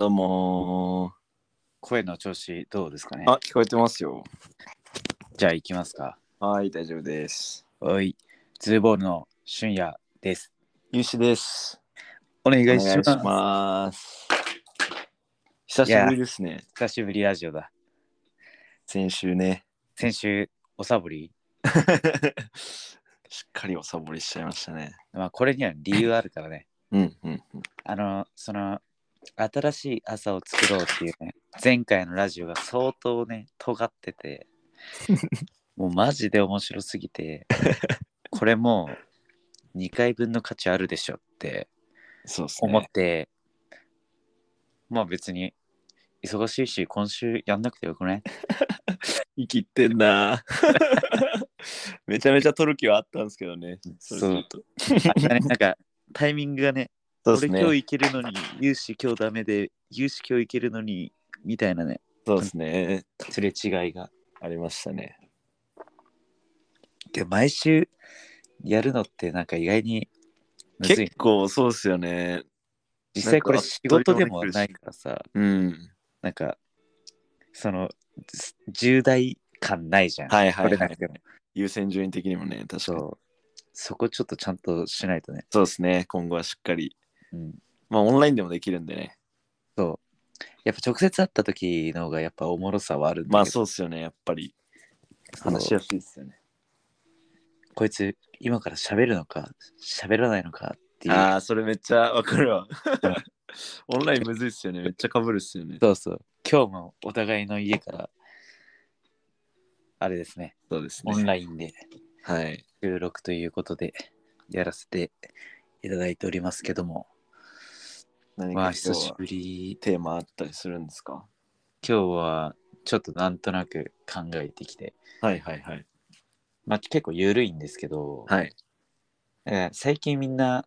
どうも声の調子どうですかねー。あ、聞こえてますよ。じゃあ行きますか。はい、大丈夫です。おい、ツーボールの俊也です。ゆうしです。お願いおし願います。します。久しぶりですね。久しぶりラジオだ。先週 ね。先週、おさぶり。しっかりおさぼりしちゃいましたね。まあ、これには理由あるからね。うんうんうん。あの、その、新しい朝を作ろうっていうね、前回のラジオが相当ね、尖って て、もうマジで面白すぎて、これもう2回分の価値あるでしょってそうです思っね。て、まあ別に忙しいし今週やんなくてよ くない生きてん な。めちゃめちゃ取る気はあったんですけどね。れちょっと。あれだねなんかタイミングがねそうですね俺今。日行けるのに有志今日ダメで有志今日行けるのにみたいなねそうですね。すれ違いがありましたね。で毎週やるのってなんか意外にむずい結構そうですよね。実際これなんか仕事でもないからさうん。なんかそのす重大感ないじゃん、はいはい取れはなくいても。優先順位的にもね、確かに。そうそこちょっとちゃんとしないとね、そうですね、今後はしっかり。うん、まあ、オンラインでもできるんでね。やっぱ直接会った時の方がやっぱおもろさはあるんだけどまあ、そうっすよね、やっぱり。そう話しやすいっすよね。こいつ今から喋るのか喋らないのかっていうああ、それめっちゃわか るわ。オンラインむずいっすよね、めっちゃかぶるっすよね。そうそう今日もお互いの家からあれですねそうですオンね。ラインではい。収録ということでやらせていただいておりますけども何まかあ久今日しはぶりテーマあったりするんですか今日はちょっとなんとなく考えてきてはいはいはい。まあ結構緩いんですけど、はい。えー最近みんな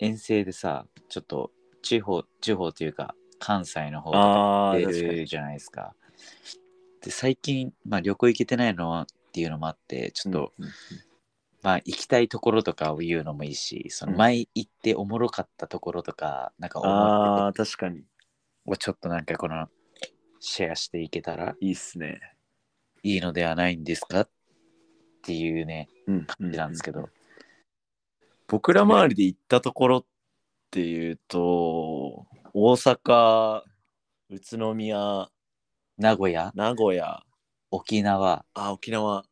遠征でさちょっと地方地方というか関西の方とあかあ、出確かに。るじゃないですか。で最近、まあ、旅行行けてないのっていうのもあってちょっと、うんまあ行きたいところとかを言うのもいいしそのうん前行っておもろかったところとか、なんか思ああ、確かに。いをちょっとなんかこのシェアしていけたらいいっすね。いいのではないんですかっていうねうん。感じなんですけど、僕ら周りで行ったところっていうと、大阪、宇都宮、名古屋名古屋、沖縄あ、沖縄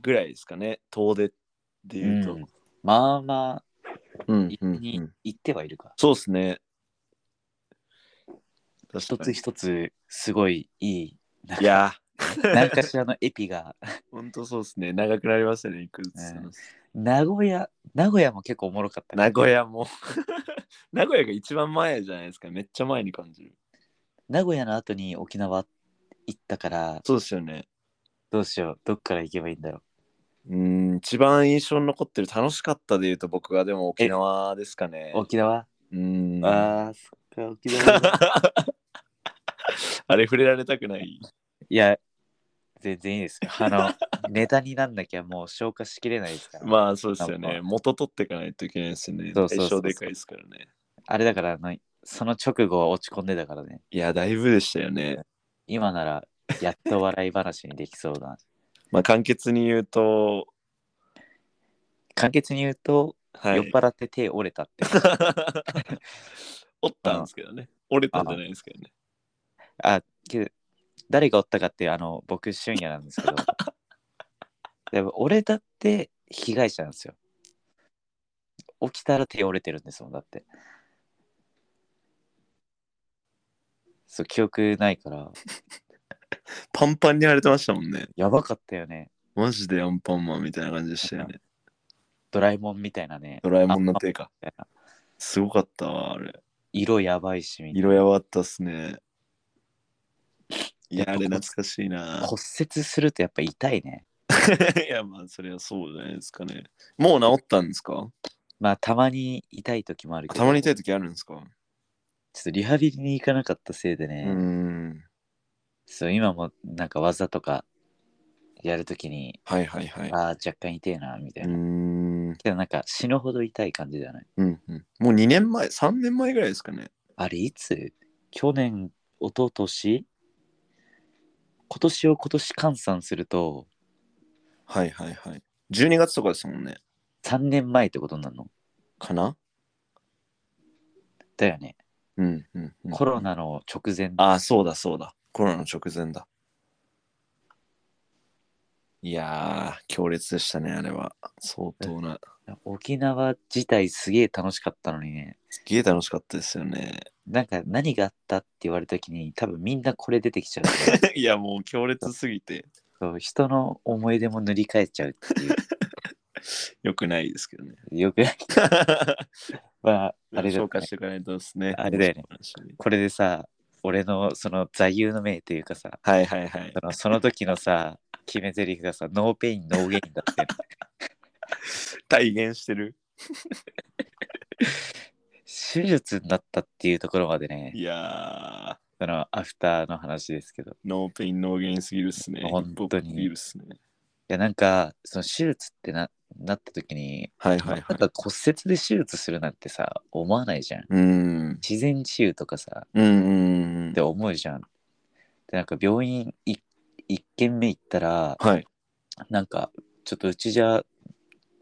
ぐらいですかね。遠出っていうと。うんまあまあうん一う緒んうにん行ってはいるか。そうですね。確一かつに一つすごいいい、いやー、何かしらのエピが。 ほんとそうですね。長くなりましたね、いくつ話す、うん名古屋、名古屋も結構おもろかったね、名古屋も。 名古屋が一番前じゃないですか。めっちゃ前に感じる。名古屋の後に沖縄行ったから、そうですよね。どうしよう、どっから行けばいいんだろうん、一番印象に残ってる楽しかったで言うと僕はでも沖縄ですかねう。。沖縄、うん。ああ、そっか、沖縄。 あれ触れられたくない。いや、全然いいですよ。あの、 ネタになんなきゃもう消化しきれないですから。まあそうですよまあまねあ。元取っていかないといけないですよね。そ対うそうそうそう象でかいですからね。あれだからあの、その直後は落ち込んでたからね。いや、だいぶでしたよね。今なら、やっと笑い話にできそうだな。まあ簡潔に言うと、簡潔に言うと、はい、酔っ 払って手折れたって。折ったんですけどね。折れたんじゃないですけどね。あ、けど、誰がおったかって、あの、僕、俊也な んですけど、でも俺だって被害者なんですよ。起きたら手折れてるんですもん、だって。そう、記憶ないから、パンパンに腫れてましたもんね。やばかったよね。マジでアンパンマンみたいな感じでしたよね。ドラえもんみたいなね。ドラえもんの手かああ。すごかったわ、あれ。色やばいし、みたい色やばかったっすね。いや、やあっぱれ懐かしいなな。。骨折するとやっぱ痛いね。 いや、まあ、それはそうじゃないですかね。もう治ったんですかまあ、たまに痛い時もあるけど、たまに痛ちょい時あるんですかっとリハビリに行かなかったせいでうね、ーん。そう、今もなんか技とかやるときに、はいはいはい。ああ、若干痛えな、みたいうーな。ん。けどなんか死ぬほど痛い感じじゃない。うんうん、もう2年前、3年前ぐらいですかね。あれいつ去年一昨年今年を今年換算するとはいはいはい。12月とかですもんね。 3年前ってことになるのかなだよね、うんうん、うん。コロナの直前ああ、そうだそうだ。コロナの直前だ。いやー、強烈でしたね、あれは。相当な。沖縄自体すげえ楽しかったのにねすげえ楽しかったですよね。なんか何があったって言われた時に多分みんなこれ出て きちゃういや、もう強烈すぎて、そう人の思い出も塗り替えちゃうっていうよくないですけどね。よくない まああれだ、消ね化、していかないとですね。あれだよねこれでさ俺のその座右の銘というかさはいはいはいそ。のその時のさ決め台詞がさノーペインノーゲインだったよね体現してる。手術になったっていうところまでねいやー、そのアフターの話ですけどいノーペイン、ノーゲインすぎるっすね。ヒッ本当にプホップすぎるっすね。やなんかその手術ってななった時にはいなはんいかはい。骨折で手術するなんてさ思わないじゃんうん。自然治癒とかさうんうんうんって。思うじゃんでなんか病院い一軒目行ったらはい。なんかちょっとうちじゃ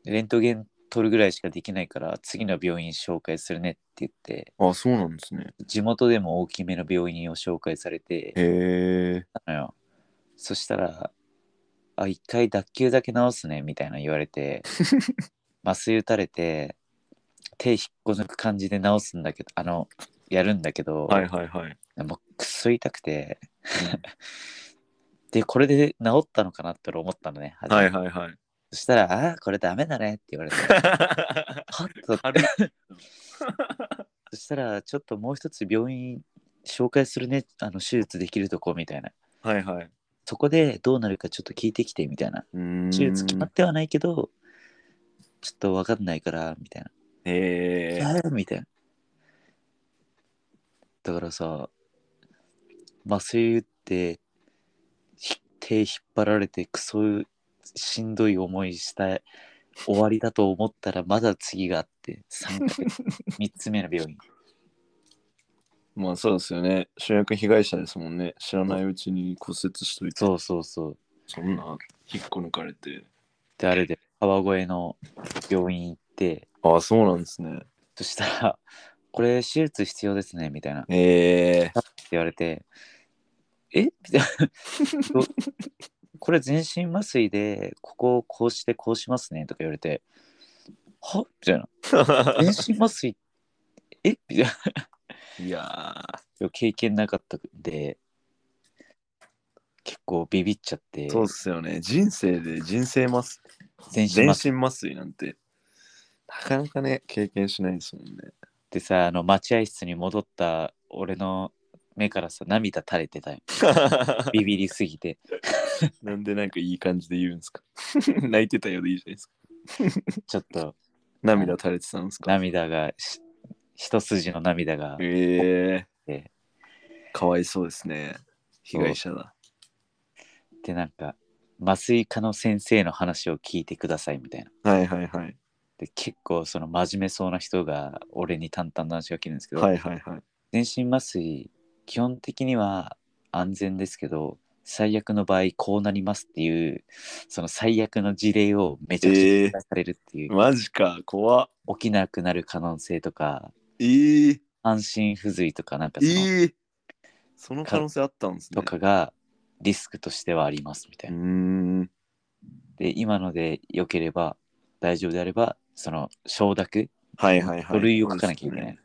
レントゲン取るぐらいしかできないから次の病院紹介するねって言ってあ、そうなんですね。地元でも大きめの病院を紹介されてへえ。たのよそしたら「あ一回脱臼だけ治すね」みたいな言われ て麻酔打たれて手引っこ抜く感じで治すんだけどあのやるんだけど、はいはいはい。もうくっそ痛くて でこれで治ったのかなって俺思ったのね、初めはいはいはい。そしたら「ああーこれダメだね」って言われてはっと軽いそしたらちょっともう一つ病院紹介するねあの手術できるとこみたいなはいはい。そこでどうなるかちょっと聞いてきてみたいなうーん手術決まってはないけど、ちょっと分かんないから、みたいな。へえ。やるみたいな。だからさ、麻酔打って、ひ手引っ張られて、クソしんどい思いした終わりだと思ったら、まだ次があって、3, 3つ目の病院。まあそうですよね。主役被害者ですもんね。知らないうちに骨折しといて、そうそうそう。そんな引っこ抜かれて。で、あれで、川越の病院行って、あ、そうなんですね。そしたら、これ手術必要ですね、みたいな。へ え。って言われて、えみた いな。どこれ全身麻酔で、ここをこうしてこうしますねとか言われて、はみた いな。全身麻酔、えみたいないやや。経験なかったんで、結構ビビっちゃってー、そうっすよね。人生で人生麻酔、全身全麻酔身麻酔なんて、なかなかね、経験しないです もんね。ってさ、あの待合室に戻った俺の目からさ、涙垂れてたよ。ビビりすぎて。なんでなんかいい感じで言うんですか 泣いてたようでいいじゃないですか。ちょっと涙垂れてたんですか涙がし、一筋の涙が。えええかわいそうですね。被害者だ。でなんか麻酔科の先生の話を聞いてくださいみたいなはいはいはい。で結構その真面目そうな人が俺に淡々と話が来るんですけど、はいはいはい。全身麻酔基本的には安全ですけど最悪の場合こうなりますっていうその最悪の事例をめちゃくちゃええ出されるっていう、マジか、怖っ。起きなくなる可能性とかえー、半身不随とかなんかえその、ー、その可能性あったんですねと。かがリスクとしてはありますみたいうーな。ん。で今ので良ければ大丈夫であればその承諾はいはいはい。書類を書かなきゃいけない。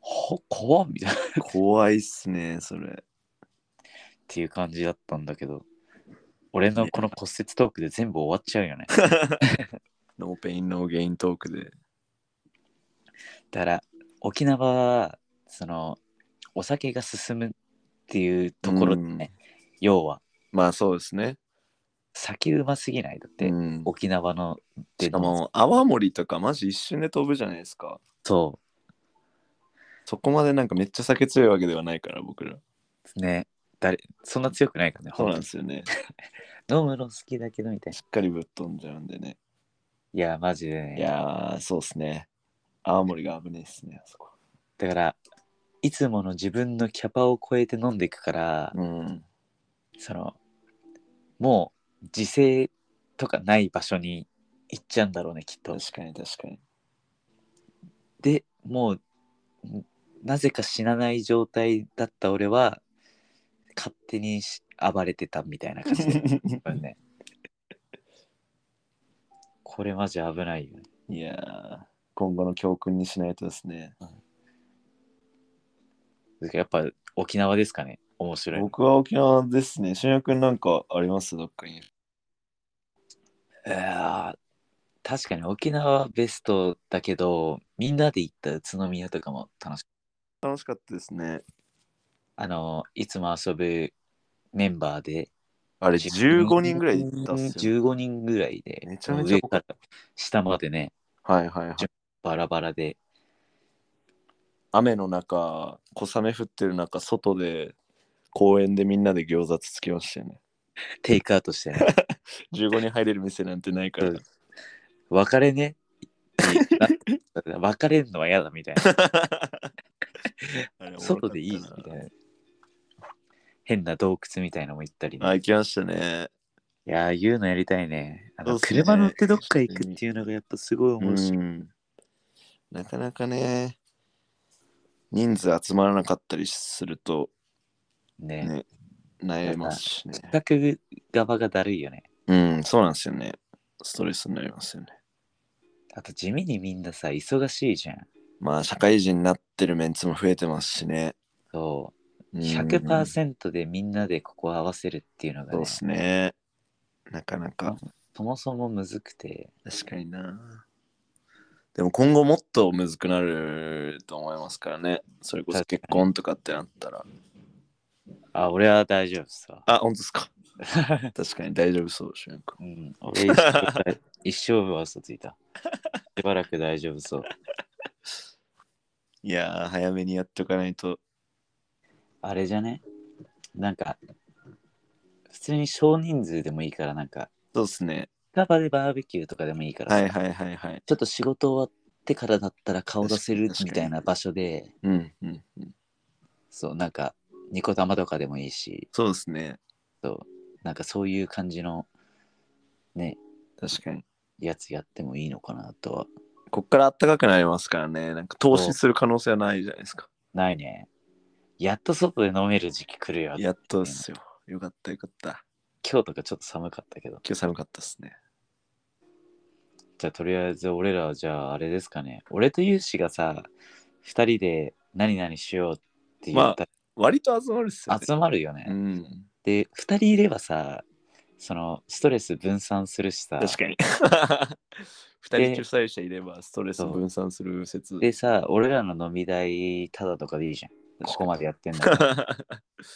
は怖っみたいなっ怖いっすね、それ。ていう感じだったんだけど、俺のこの骨折トークで全部終わっちゃうよね。ノーペイン、ノーゲイントークで。だから沖縄はそのお酒が進むっていうところでね、要はまあそうですね。酒うますぎないだって、うん沖縄のでしかも泡盛とかマジ一瞬で飛ぶじゃないですか。そそこまでなんかめっちゃ酒強いわけではないから僕ら。うね誰そんな強くないからねそうなん本ですよね。当に飲むの好きだけどみたいなしっかりぶっ飛んじゃうんでね。いやマジでねいやー、そうっすね。泡盛が危ねえっすね、あそこ。だからいつもの自分のキャパを超えて飲んでいくから、うん。そのもう自制とかない場所に行っちゃうんだろうねきっと。確かに確かに。でもうんなぜか死なない状態だった俺は勝手にし暴れてたみたいな感じで多分 ねこれマジ危ないよね いやー今後の教訓にしないとですね。だからやっぱ沖縄ですかね面白いの僕は沖縄ですね。俊也くんなんかありますどっかに。いやー確かに沖縄はベストだけどみんなで行った宇都宮とかも楽しい楽しかったですね。あのいつも遊ぶメンバーであれ15人ぐらいで行ったっすよ、ね。 15人ぐらいでめちゃめちゃ上から下までねはいはいはい。バラバラで雨の中、小雨降ってる中、外で公園でみんなで餃子つつきましたよね。テイクアウトして、ね、 15人入れる店なんてないから。そう別れね別れるのは嫌だみたい なあれ外でいいしみたいな変な洞窟みたいなのも行ったりね、あ、い、行きましたね。やーいうのやりたいねあそうのっすね車乗ってどっか行くっていうのがやっぱすごい面白い、うん。なかなかね、人数集まらなかったりするとねね、悩みますしね。企画側がだるいよねうん、そうなんですよね。ストレスになりますよね。あと地味にみんなさ忙しいじゃんまあ、社会人になってるメンツも増えてますしね。そううん100%でみんなでここを合わせるっていうのが、そうねで、すね。なかなか。そもそもむずくて確かにな。でも今後もっとむずくなると思いますからね。それこそ確かに結婚とかってなったら。あ俺は大丈夫ですわあ、本当です か。確かに大丈夫そう、しゅんくん。うん、俺一 生一生分は嘘ついた。しばらく大丈夫そう。いやー、早めにやっておかないと。あれじゃねなんか、普通に少人数でもいいから、なんか、そうですね。近場でバーベキューとかでもいいからさ、はいはいはいはい。ちょっと仕事終わってからだったら顔出せる確かにみたいな場所で、うんうんうん。そう、なんか、ニコ玉とかでもいいし、そうですね。そう、なんかそういう感じの、ね、確かに。やつやってもいいのかなとは。こっから暖かくなりますからね。なんか投資する可能性はないじゃないですか。ないね。やっと外で飲める時期来るよ。やっとですよ。よかったよかった。今日とかちょっと寒かったけど。今日寒かったですね。じゃあとりあえず俺らはじゃああれですかね俺とユウシがさ2人で何々しようって言った割と集まるっすよらね。集まるよね、うん。で2人いればさそのストレス分散するしさ確かに。 二人主催者いればストレス分散する説。でさ俺らの飲み代タダとかでいいじゃんここまでやってんだ から は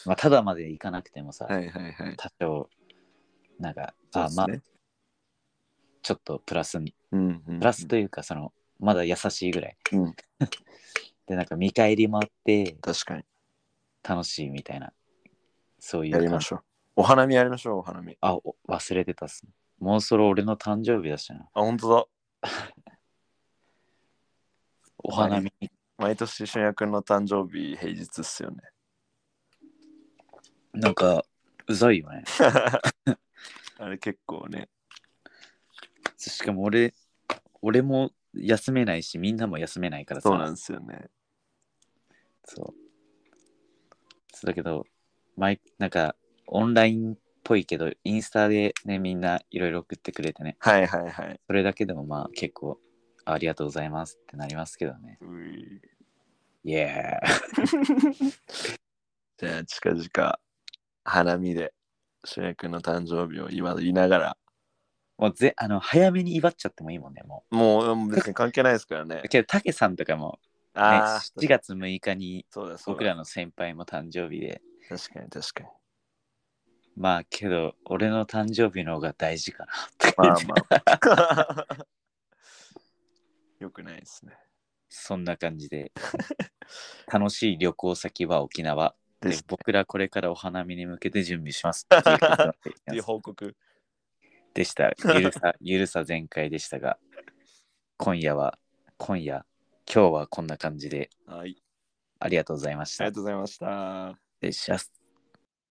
まあタダまでいかなくてもさ、いはいはい。多少なんか、そうあっすまあねちょっとプラスにうんうん。プラスというかそのまだ優しいぐらい、うんでなんか見返りもあって確かに。楽しいみたいなそういうやりまょしょう。お花見やりましょう、お花見。あお忘れてたっすねもうそろ俺の誕生日だしなあ、本当だ。お花見毎年、俊也くんの誕生日、平日っすよね。なんかうざいよねあれ結構ね。しかも俺俺も休めないしみんなも休めないからさそうなんですよね。そうそうだけど毎なんかオンラインっぽいけどインスタでねみんないろいろ送ってくれてねはいはいはい。それだけでもまあ結構ありがとうございますってなりますけどねういイエーイじゃあ、近々、花見で、俊也くんの誕生日を祝いながら、もうぜあの早めに祝っちゃってもいいもんねももう別に関係ないですからねう。けどたけさんとかもね、ああ、 7月6日にそうだそうだ。僕らの先輩も誕生日で確かに確 かに。まあけど俺の誕生日の方が大事かなってまあまあ。 よくないですね。 そんな感じで楽しい旅行先は沖縄でです僕らこれからお花見に向けて準備します っていうことになっていきっまていうす報告。でしたゆるさゆるさ全開でしたが今夜は今夜今日はこんな感じではい。ありがとうございましあたりが。とうございました。失礼します。